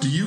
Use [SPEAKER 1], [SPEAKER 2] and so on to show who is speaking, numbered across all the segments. [SPEAKER 1] Do you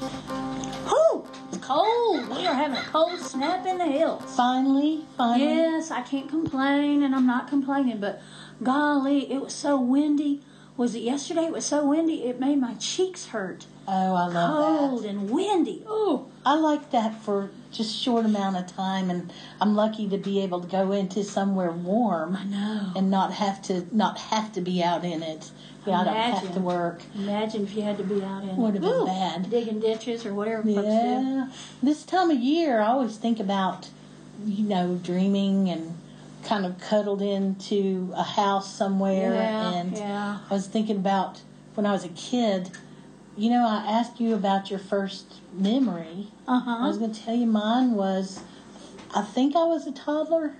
[SPEAKER 2] Whew, it's cold. We are having a cold snap in the hills.
[SPEAKER 3] Finally, finally.
[SPEAKER 2] Yes, I can't complain, and I'm not complaining, but golly, it was so windy. Was it yesterday? It was so windy, it made my cheeks hurt.
[SPEAKER 3] Oh, I love
[SPEAKER 2] Cold
[SPEAKER 3] that.
[SPEAKER 2] and windy. Oh,
[SPEAKER 3] I like that for just short amount of time, and I'm lucky to be able to go into somewhere warm
[SPEAKER 2] I know.
[SPEAKER 3] and not have to not have to be out in it. Yeah, I don't have to
[SPEAKER 2] Imagine.
[SPEAKER 3] work.
[SPEAKER 2] Imagine if you had to be out in
[SPEAKER 3] Would've been
[SPEAKER 2] Ooh,
[SPEAKER 3] bad.
[SPEAKER 2] digging ditches or whatever. folks do.
[SPEAKER 3] Yeah, this time of year, I always think about you know dreaming and kind of cuddled into a house somewhere
[SPEAKER 2] Yeah,
[SPEAKER 3] and.
[SPEAKER 2] yeah.
[SPEAKER 3] I was thinking about when I was a kid. You know, I asked you about your first memory.
[SPEAKER 2] Uh
[SPEAKER 3] I was
[SPEAKER 2] huh.
[SPEAKER 3] going to tell you mine was I think I was a toddler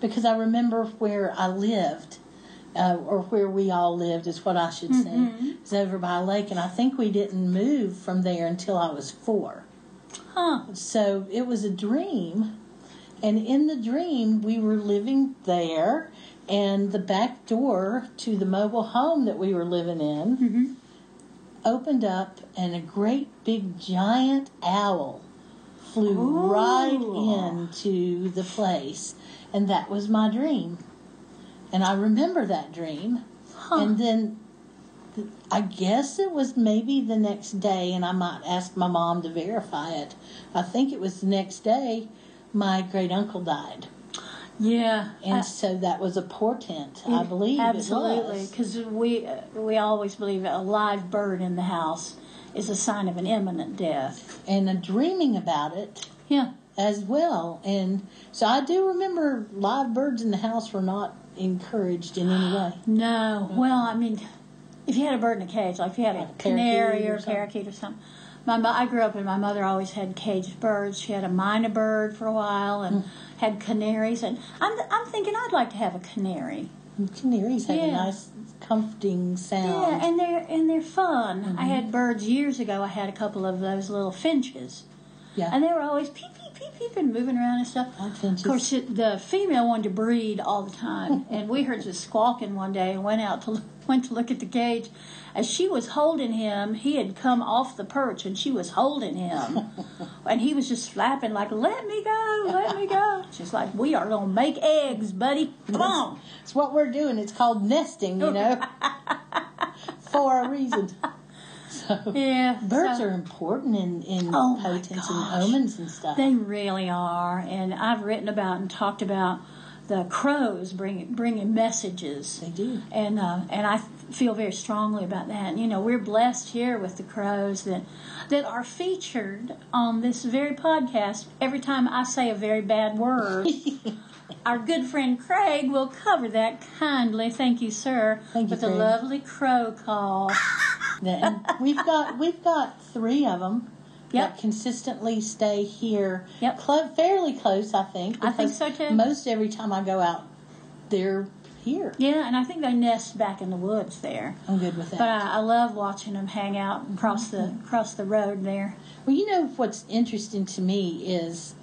[SPEAKER 3] because I remember where I lived. Uh, or where we all lived is what I should say.
[SPEAKER 2] Mhm.
[SPEAKER 3] It was over by a lake, and I think we didn't move from there until I was four.
[SPEAKER 2] Huh.
[SPEAKER 3] So it was a dream, and in the dream, we were living there, and the back door to the mobile home that we were living in
[SPEAKER 2] Mhm.
[SPEAKER 3] opened up, and a great big giant owl flew
[SPEAKER 2] Ooh.
[SPEAKER 3] right into the place, and that was my dream. And I remember that dream.
[SPEAKER 2] Huh.
[SPEAKER 3] And then th- I guess it was maybe the next day, and I might ask my mom to verify it. I think it was the next day my great uncle died.
[SPEAKER 2] yeah.
[SPEAKER 3] And
[SPEAKER 2] I-
[SPEAKER 3] so that was a portent, I
[SPEAKER 2] It-
[SPEAKER 3] believe. It
[SPEAKER 2] Ah. Mm, absolutely
[SPEAKER 3] was.
[SPEAKER 2] because we uh, we always believe a live bird in the house is a sign of an imminent death.
[SPEAKER 3] And I'm dreaming about it
[SPEAKER 2] Yeah,
[SPEAKER 3] as well. And so I do remember live birds in the house were not encouraged in any way.
[SPEAKER 2] no. Well, I mean, if you had a bird in a cage, like if you had a,
[SPEAKER 3] Mm. Like a parakeet
[SPEAKER 2] canary
[SPEAKER 3] or
[SPEAKER 2] or, a
[SPEAKER 3] something.
[SPEAKER 2] parakeet or something. My mo- I grew up and my mother always had caged birds. She had a minor bird for a while
[SPEAKER 3] Mm.
[SPEAKER 2] and had canaries. And I'm I'm thinking I'd like to have a canary.
[SPEAKER 3] And Canaries have a
[SPEAKER 2] Yeah.
[SPEAKER 3] nice, comforting sound.
[SPEAKER 2] Yeah, and they're and they're fun. I
[SPEAKER 3] Mm-hmm.
[SPEAKER 2] had birds years ago. I had a couple of those little finches,
[SPEAKER 3] yeah.
[SPEAKER 2] and they were always peep peep peep peep and moving around and stuff.
[SPEAKER 3] I think
[SPEAKER 2] Of course, it- the female wanted to breed all the time, and we heard this squawking one day and went out to look- went to look at the cage. As she was holding him, he had come off the perch, and she was holding him, and he was just flapping like, "Let me go, let me go." She's like, "We are gonna make eggs, buddy. Come on."
[SPEAKER 3] It's what we're doing. It's called nesting,
[SPEAKER 2] Oh,
[SPEAKER 3] you know, for a reason. So
[SPEAKER 2] Yeah,
[SPEAKER 3] birds
[SPEAKER 2] so-
[SPEAKER 3] are important in in
[SPEAKER 2] Oh my
[SPEAKER 3] potents and
[SPEAKER 2] gosh.
[SPEAKER 3] omens and stuff.
[SPEAKER 2] They really are, and I've written about and talked about the crows bringing bringing messages.
[SPEAKER 3] They do.
[SPEAKER 2] and uh, and I feel very strongly about that. And, you know, we're blessed here with the crows that that are featured on this very podcast. Every time I say a very bad word, our good friend Craig will cover that kindly. Thank you, sir,
[SPEAKER 3] Thank you,
[SPEAKER 2] with a
[SPEAKER 3] Craig. Ah,
[SPEAKER 2] lovely crow call.
[SPEAKER 3] And we've got we've got three of them.
[SPEAKER 2] Yep.
[SPEAKER 3] That consistently stay here.
[SPEAKER 2] Yep.
[SPEAKER 3] Clo- fairly close, I think.
[SPEAKER 2] I think
[SPEAKER 3] because
[SPEAKER 2] so, too.
[SPEAKER 3] Most every time I go out, they're here.
[SPEAKER 2] Yeah, and I think they nest back in the woods there.
[SPEAKER 3] I'm good with that.
[SPEAKER 2] But uh, I, I love watching them hang out across the across the road there.
[SPEAKER 3] Well, you know what's interesting to me is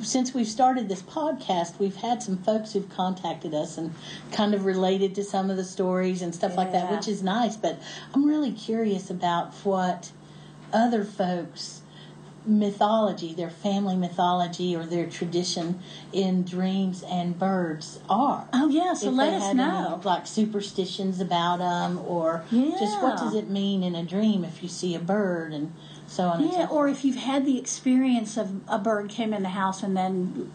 [SPEAKER 3] since we've started this podcast, we've had some folks who've contacted us and kind of related to some of the stories and stuff like that,
[SPEAKER 2] Yeah.
[SPEAKER 3] which is nice. But I'm really curious about what other folks' mythology, their family mythology, or their tradition in dreams and birds are.
[SPEAKER 2] Oh yeah, so
[SPEAKER 3] If
[SPEAKER 2] let
[SPEAKER 3] they
[SPEAKER 2] us
[SPEAKER 3] had any,
[SPEAKER 2] know.
[SPEAKER 3] like superstitions about them, or just
[SPEAKER 2] Yeah.
[SPEAKER 3] what does it mean in a dream if you see a bird and so on. and so
[SPEAKER 2] Yeah, or if you've had the experience of a bird came in the house and then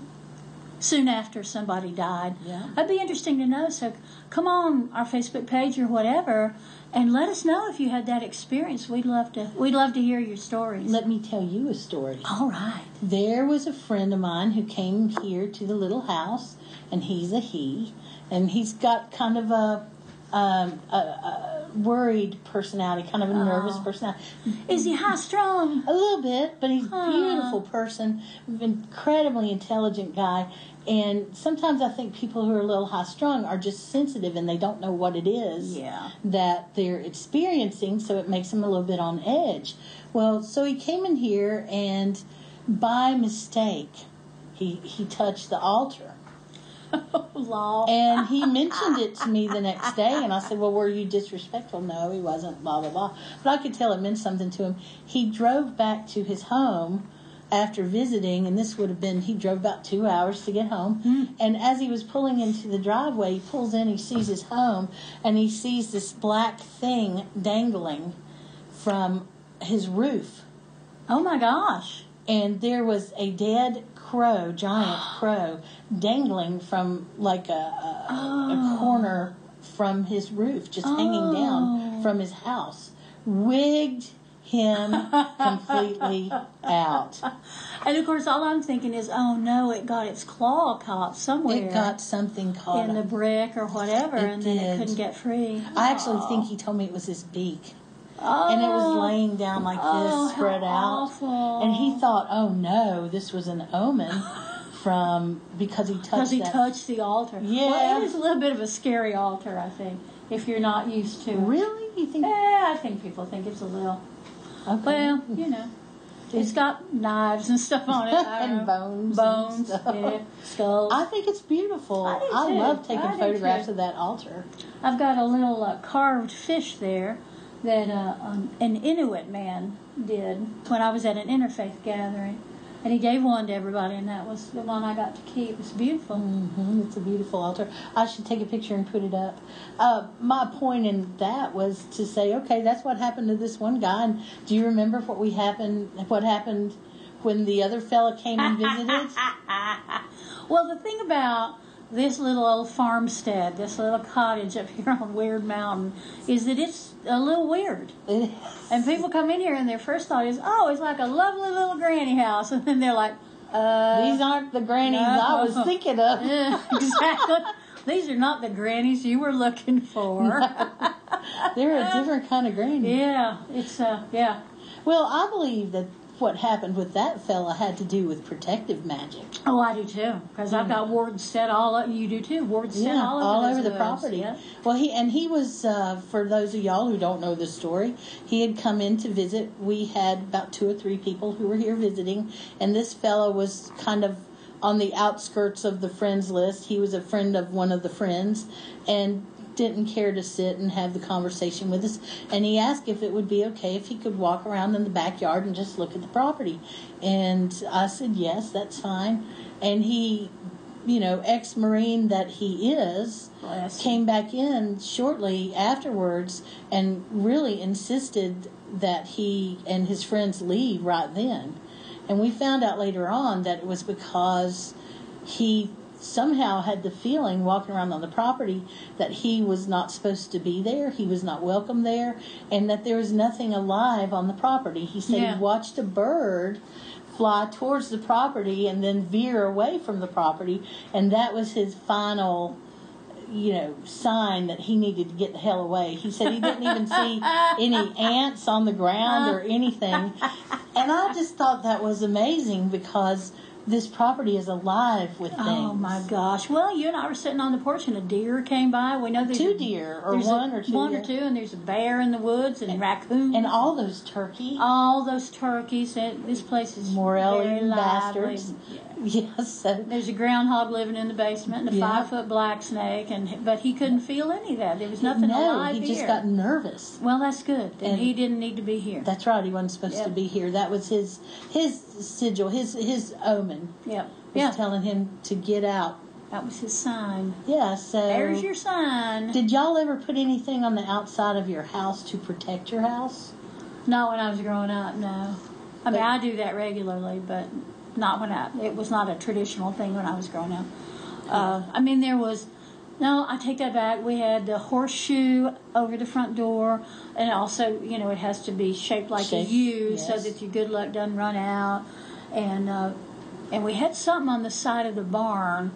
[SPEAKER 2] soon after somebody died.
[SPEAKER 3] Yeah.
[SPEAKER 2] That'd be interesting to know. So come on our Facebook page or whatever, and let us know if you had that experience. We'd love to. We'd love to hear your stories.
[SPEAKER 3] Let me tell you a story.
[SPEAKER 2] All right.
[SPEAKER 3] There was a friend of mine who came here to the little house, and he's a he, and he's got kind of a, um, a, a worried personality, kind of a nervous
[SPEAKER 2] Oh.
[SPEAKER 3] personality.
[SPEAKER 2] Is he high strung?
[SPEAKER 3] A little bit, but he's a
[SPEAKER 2] Huh.
[SPEAKER 3] beautiful person, incredibly intelligent guy. And sometimes I think people who are a little high strung are just sensitive and they don't know what it is
[SPEAKER 2] Yeah.
[SPEAKER 3] that they're experiencing, so it makes them a little bit on edge. Well, so he came in here and by mistake, he, he touched the altar.
[SPEAKER 2] Law.
[SPEAKER 3] And he mentioned it to me the next day, and I said, Well, were you disrespectful? No, he wasn't, blah, blah, blah. But I could tell it meant something to him. He drove back to his home after visiting, and this would have been, he drove about two hours to get home. And as he was pulling into the driveway, he pulls in, he sees his home, and he sees this black thing dangling from his roof.
[SPEAKER 2] oh my gosh.
[SPEAKER 3] And there was a dead crow, giant crow, dangling from like a, a
[SPEAKER 2] Oh.
[SPEAKER 3] a corner from his roof, just hanging down
[SPEAKER 2] Oh.
[SPEAKER 3] from his house, wigged him completely out.
[SPEAKER 2] Oh, And of course, all I'm thinking is, oh no, it got its claw caught somewhere
[SPEAKER 3] It got something caught.
[SPEAKER 2] in the
[SPEAKER 3] up.
[SPEAKER 2] brick or whatever,
[SPEAKER 3] It
[SPEAKER 2] and then
[SPEAKER 3] did.
[SPEAKER 2] it couldn't get free.
[SPEAKER 3] I actually think he told me it was his beak,
[SPEAKER 2] oh,
[SPEAKER 3] and it was laying down like
[SPEAKER 2] oh,
[SPEAKER 3] this, spread
[SPEAKER 2] how
[SPEAKER 3] out.
[SPEAKER 2] Awful.
[SPEAKER 3] And he thought, oh no, this was an omen from because he touched
[SPEAKER 2] because he
[SPEAKER 3] that
[SPEAKER 2] touched the altar.
[SPEAKER 3] Yeah.
[SPEAKER 2] well, it is a little bit of a scary altar, I think, if you're not used to. it.
[SPEAKER 3] Really? You think?
[SPEAKER 2] Yeah, I think people think it's a little.
[SPEAKER 3] Okay.
[SPEAKER 2] Well, you know, it's got knives and stuff on it. I
[SPEAKER 3] And
[SPEAKER 2] don't know.
[SPEAKER 3] bones
[SPEAKER 2] bones,
[SPEAKER 3] and stuff.
[SPEAKER 2] yeah, skulls.
[SPEAKER 3] I think it's beautiful.
[SPEAKER 2] I do
[SPEAKER 3] I
[SPEAKER 2] too.
[SPEAKER 3] love taking
[SPEAKER 2] I do
[SPEAKER 3] photographs
[SPEAKER 2] too.
[SPEAKER 3] of that altar.
[SPEAKER 2] I've got a little uh, carved fish there that uh, um, an Inuit man did when I was at an interfaith gathering. And he gave one to everybody, and that was the one I got to keep. It's beautiful.
[SPEAKER 3] hmm It's a beautiful altar. I should take a picture and put it up. Uh, my point in that was to say, okay, that's what happened to this one guy. And do you remember what we happened? What happened when the other fella came and visited?
[SPEAKER 2] Well, the thing about this little old farmstead, this little cottage up here on Weird Mountain, is that it's a little weird.
[SPEAKER 3] It-
[SPEAKER 2] And people come in here, and their first thought is, oh, it's like a lovely little granny house. And then they're like, uh.
[SPEAKER 3] These aren't the grannies I was
[SPEAKER 2] No.
[SPEAKER 3] thinking of.
[SPEAKER 2] Yeah, exactly. These are not the grannies you were looking for.
[SPEAKER 3] They're a different kind of granny.
[SPEAKER 2] yeah, it's uh, yeah.
[SPEAKER 3] Well, I believe that what happened with that fella had to do with protective magic.
[SPEAKER 2] Oh, I do too, because I've got wards set all up. You do too. Wards set
[SPEAKER 3] Yeah,
[SPEAKER 2] all over, those
[SPEAKER 3] the
[SPEAKER 2] woods,
[SPEAKER 3] property.
[SPEAKER 2] yeah.
[SPEAKER 3] Well, he and he was uh, for those of y'all who don't know the story, he had come in to visit. We had about two or three people who were here visiting, and this fellow was kind of on the outskirts of the friends list. He was a friend of one of the friends, and didn't care to sit and have the conversation with us and he asked if it would be okay if he could walk around in the backyard and just look at the property and i said yes that's fine and he you know ex-marine that he is
[SPEAKER 2] Bless him.
[SPEAKER 3] came back in shortly afterwards and really insisted that he and his friends leave right then. And we found out later on that it was because he somehow had the feeling walking around on the property that he was not supposed to be there, he was not welcome there, and that there was nothing alive on the property. He said
[SPEAKER 2] Yeah.
[SPEAKER 3] he watched a bird fly towards the property and then veer away from the property, and that was his final you know, sign that he needed to get the hell away. He said he didn't even see any ants on the ground or anything. And I just thought that was amazing because this property is alive with things.
[SPEAKER 2] Oh my gosh! Well, you and I were sitting on the porch, and a deer came by. We know there's
[SPEAKER 3] Two
[SPEAKER 2] a-
[SPEAKER 3] deer, or
[SPEAKER 2] there's a-
[SPEAKER 3] one or two.
[SPEAKER 2] one or
[SPEAKER 3] deer.
[SPEAKER 2] two, and there's a bear in the woods and, raccoons
[SPEAKER 3] And all those turkey.
[SPEAKER 2] all those turkeys. And this place is very
[SPEAKER 3] Morellian
[SPEAKER 2] lively.
[SPEAKER 3] bastards.
[SPEAKER 2] Yeah.
[SPEAKER 3] Yes. So,
[SPEAKER 2] There's a groundhog living in the basement, and a
[SPEAKER 3] Yeah.
[SPEAKER 2] five foot black snake, and but he couldn't feel any of that. There was nothing
[SPEAKER 3] no,
[SPEAKER 2] alive
[SPEAKER 3] he
[SPEAKER 2] here.
[SPEAKER 3] just got nervous.
[SPEAKER 2] well, that's good. Then
[SPEAKER 3] And-
[SPEAKER 2] he didn't need to be here.
[SPEAKER 3] That's right. He wasn't supposed
[SPEAKER 2] Yeah.
[SPEAKER 3] to be here. That was his his sigil, his his omen.
[SPEAKER 2] yep.
[SPEAKER 3] Was
[SPEAKER 2] Yeah.
[SPEAKER 3] telling him to get out.
[SPEAKER 2] that was his sign.
[SPEAKER 3] Yeah. So
[SPEAKER 2] There's your sign.
[SPEAKER 3] Did y'all ever put anything on the outside of your house to protect your house?
[SPEAKER 2] Not when I was growing up. No. I mean, I do that regularly, but Not when I. It was not a traditional thing when I was growing up. Uh, I mean, there was. No, I take that back. We had the horseshoe over the front door, and also, you know, it has to be shaped like
[SPEAKER 3] Shape,
[SPEAKER 2] a U so
[SPEAKER 3] yes.
[SPEAKER 2] that your good luck doesn't run out. And uh, and we had something on the side of the barn,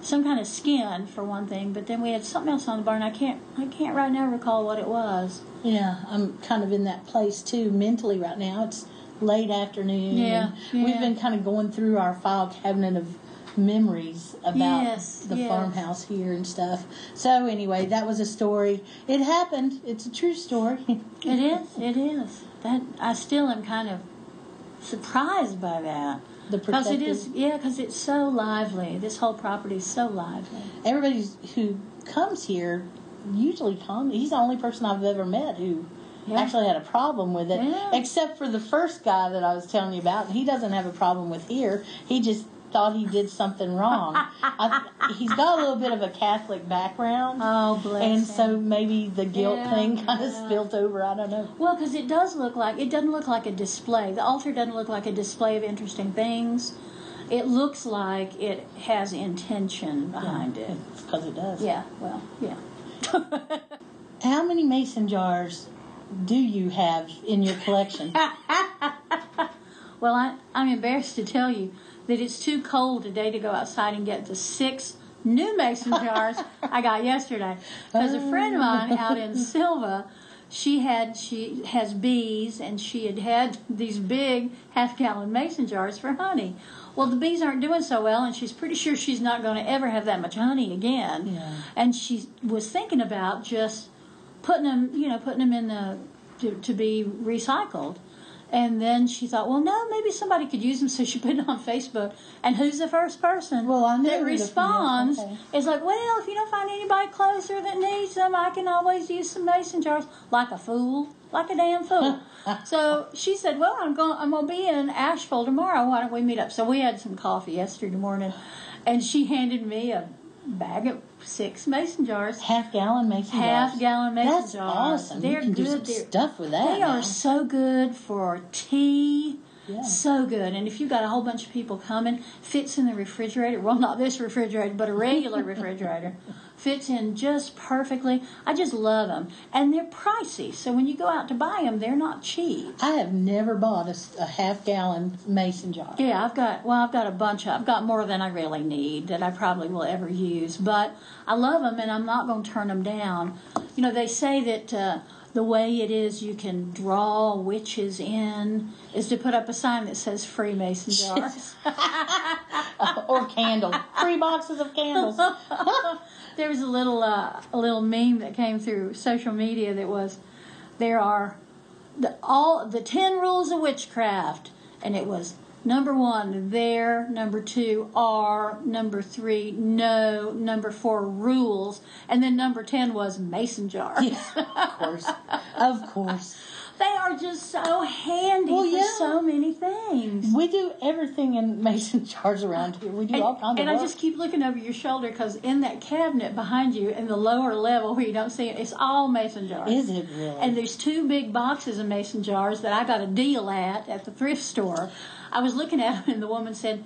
[SPEAKER 2] some kind of skin for one thing, but then we had something else on the barn. I can't I can't right now recall what it was.
[SPEAKER 3] Yeah, I'm kind of in that place too mentally right now. It's late afternoon.
[SPEAKER 2] Yeah,
[SPEAKER 3] and We've
[SPEAKER 2] yeah.
[SPEAKER 3] been kind of going through our file cabinet of memories about
[SPEAKER 2] Yes,
[SPEAKER 3] the
[SPEAKER 2] yes.
[SPEAKER 3] farmhouse here and stuff. So, anyway, that was a story. It happened, it's a true story.
[SPEAKER 2] It is. It is. That I still am kind of surprised by that.
[SPEAKER 3] The
[SPEAKER 2] Because it is,
[SPEAKER 3] protective-
[SPEAKER 2] yeah, because it's so lively. This whole property is so lively.
[SPEAKER 3] Everybody who comes here usually comes. He's the only person I've ever met who.
[SPEAKER 2] Yeah.
[SPEAKER 3] Actually had a problem with it,
[SPEAKER 2] Yeah.
[SPEAKER 3] except for the first guy that I was telling you about. He doesn't have a problem with here. He just thought he did something wrong. I, he's got a little bit of a Catholic background,
[SPEAKER 2] Oh, bless.
[SPEAKER 3] and
[SPEAKER 2] him.
[SPEAKER 3] so maybe the guilt
[SPEAKER 2] Yeah,
[SPEAKER 3] thing kind of
[SPEAKER 2] yeah.
[SPEAKER 3] spilled over. I don't know.
[SPEAKER 2] Well, because it does look like it doesn't look like a display. The altar doesn't look like a display of interesting things. It looks like it has intention behind it.
[SPEAKER 3] because it does.
[SPEAKER 2] Yeah. Well. Yeah.
[SPEAKER 3] How many mason jars do you have in your collection?
[SPEAKER 2] Well, I, I'm embarrassed to tell you that it's too cold today to go outside and get the six new mason jars I got yesterday. Because a friend of mine out in Silva, she had she has bees and she had had these big half gallon mason jars for honey. Well, the bees aren't doing so well, and she's pretty sure she's not going to ever have that much honey again.
[SPEAKER 3] Yeah.
[SPEAKER 2] And she was thinking about just putting them, you know, putting them in the to, to be recycled. And then she thought, well, no, maybe somebody could use them. So she put it on Facebook. And who's the first person
[SPEAKER 3] Well, I know
[SPEAKER 2] that
[SPEAKER 3] who the- yes,
[SPEAKER 2] responds
[SPEAKER 3] okay.
[SPEAKER 2] is like, well, if you don't find anybody closer that needs them, I can always use some mason jars. Like a fool, like a damn fool. so she said, well, I'm going, I'm going to be in Asheville tomorrow. Why don't we meet up? So we had some coffee yesterday morning, and she handed me a bag of six mason jars.
[SPEAKER 3] Half gallon mason jars.
[SPEAKER 2] Half gallon mason
[SPEAKER 3] That's
[SPEAKER 2] jars.
[SPEAKER 3] awesome.
[SPEAKER 2] They're
[SPEAKER 3] you can
[SPEAKER 2] good.
[SPEAKER 3] do some
[SPEAKER 2] They're-
[SPEAKER 3] stuff with that.
[SPEAKER 2] They
[SPEAKER 3] now.
[SPEAKER 2] are so good for tea.
[SPEAKER 3] Yeah.
[SPEAKER 2] So good. And if you've got a whole bunch of people coming, fits in the refrigerator. Well, not this refrigerator, but a regular refrigerator. Fits in just perfectly. I just love them. And they're pricey. So when you go out to buy them, they're not cheap.
[SPEAKER 3] I have never bought a, s- a half gallon mason jar.
[SPEAKER 2] Yeah, I've got well, I've got a bunch. I've got more than I really need that I probably will ever use, but I love them and I'm not going to turn them down. You know, they say that uh, the way it is you can draw witches in is to put up a sign that says Freemason jars.
[SPEAKER 3] or candles. Three boxes of candles.
[SPEAKER 2] there was a little uh, a little meme that came through social media that was there are the all the 10 rules of witchcraft and it was number 1 there number 2 are number 3 no number 4 rules and then number 10 was mason jars
[SPEAKER 3] of course. Of course.
[SPEAKER 2] they are just so handy
[SPEAKER 3] Well,
[SPEAKER 2] for
[SPEAKER 3] yeah.
[SPEAKER 2] so many things
[SPEAKER 3] We do everything in mason jars around here. We do
[SPEAKER 2] And,
[SPEAKER 3] all kinds
[SPEAKER 2] and
[SPEAKER 3] of
[SPEAKER 2] I
[SPEAKER 3] work.
[SPEAKER 2] just keep looking over your shoulder because in that cabinet behind you, in the lower level where you don't see it, it's all mason jars.
[SPEAKER 3] Is it really?
[SPEAKER 2] And there's two big boxes of mason jars that I got a deal at at the thrift store. I was looking at them, and the woman said,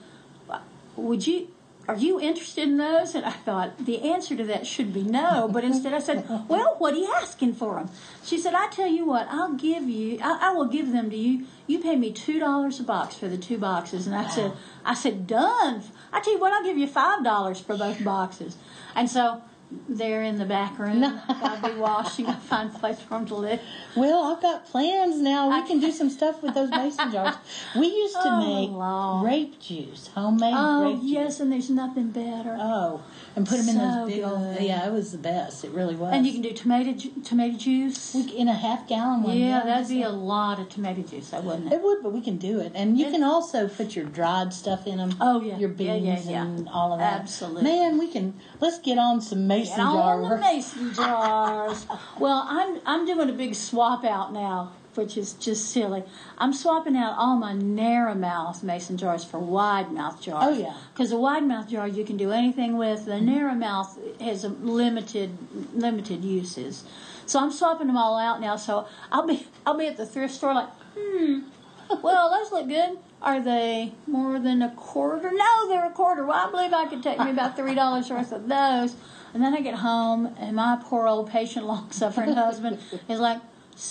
[SPEAKER 2] "Would you?" Are you interested in those? And I thought the answer to that should be no, but instead I said, "Well, what are you asking for them?" She said, "I tell you what, I'll give you. I, I will give them to you. You pay me two dollars a box for the two boxes." And I said, "I said done. I tell you what, I'll give you five dollars for both boxes." And so they're in the back room. I'll be washed. You gotta find a place for them to live.
[SPEAKER 3] well, I've got plans now. We can do some stuff with those mason jars. We used to
[SPEAKER 2] Oh,
[SPEAKER 3] make
[SPEAKER 2] Lord.
[SPEAKER 3] grape juice, homemade
[SPEAKER 2] Oh
[SPEAKER 3] grape juice.
[SPEAKER 2] yes, and there's nothing better.
[SPEAKER 3] Oh, and put them in
[SPEAKER 2] So
[SPEAKER 3] those big old.
[SPEAKER 2] good.
[SPEAKER 3] Yeah, it was the best. It really was.
[SPEAKER 2] and you can do tomato ju- tomato juice.
[SPEAKER 3] We c- in a half gallon one.
[SPEAKER 2] yeah, that'd be a lot of tomato juice, though, wouldn't it?
[SPEAKER 3] It would, but we can do it, and you can also put your dried stuff in them.
[SPEAKER 2] Oh, yeah.
[SPEAKER 3] your
[SPEAKER 2] Yeah,
[SPEAKER 3] beans
[SPEAKER 2] yeah, yeah.
[SPEAKER 3] and all of that.
[SPEAKER 2] Absolutely.
[SPEAKER 3] man, we can. Let's get on some mason
[SPEAKER 2] And all the
[SPEAKER 3] jar.
[SPEAKER 2] mason jars. well, I'm I'm doing a big swap out now, which is just silly. I'm swapping out all my narrow mouth mason jars for wide mouth jars.
[SPEAKER 3] Oh, yeah.
[SPEAKER 2] Because a wide mouth jar you can do anything with. The narrow mouth has a limited limited uses. So I'm swapping them all out now. So I'll be I'll be at the thrift store like, hmm, well, those look good. Are they more than a quarter? No, they're a quarter. Well, I believe I could take me about three dollars worth of those. And then I get home, and my poor old patient, long-suffering husband is like,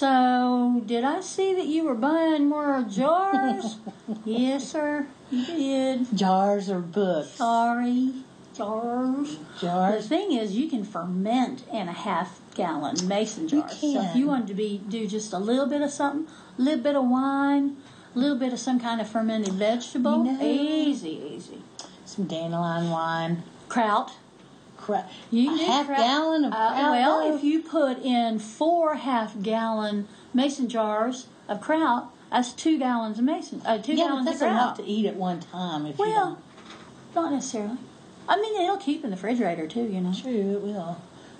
[SPEAKER 2] "So, did I see that you were buying more jars?" yes, sir, you did.
[SPEAKER 3] Jars or books.
[SPEAKER 2] Sorry, jars. The
[SPEAKER 3] Jars.
[SPEAKER 2] thing is, you can ferment in a half gallon mason jar. So if
[SPEAKER 3] can.
[SPEAKER 2] you wanted to be do just a little bit of something, a little bit of wine, a little bit of some kind of fermented vegetable,
[SPEAKER 3] You know-
[SPEAKER 2] easy, easy.
[SPEAKER 3] Some dandelion wine.
[SPEAKER 2] Kraut.
[SPEAKER 3] Cra-
[SPEAKER 2] You
[SPEAKER 3] a
[SPEAKER 2] do
[SPEAKER 3] half
[SPEAKER 2] kraut.
[SPEAKER 3] gallon of
[SPEAKER 2] Uh,
[SPEAKER 3] kraut.
[SPEAKER 2] well,
[SPEAKER 3] though?
[SPEAKER 2] if you put in four half gallon mason jars of kraut, that's two gallons of mason. Uh, two
[SPEAKER 3] yeah, but
[SPEAKER 2] gallons
[SPEAKER 3] that's
[SPEAKER 2] of kraut.
[SPEAKER 3] enough to eat at one time. If
[SPEAKER 2] well, not necessarily. I mean, it'll keep in the refrigerator too, you know.
[SPEAKER 3] you don't. true, it will.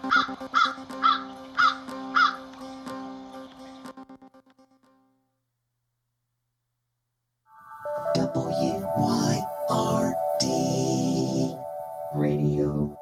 [SPEAKER 4] W Y R D Radio.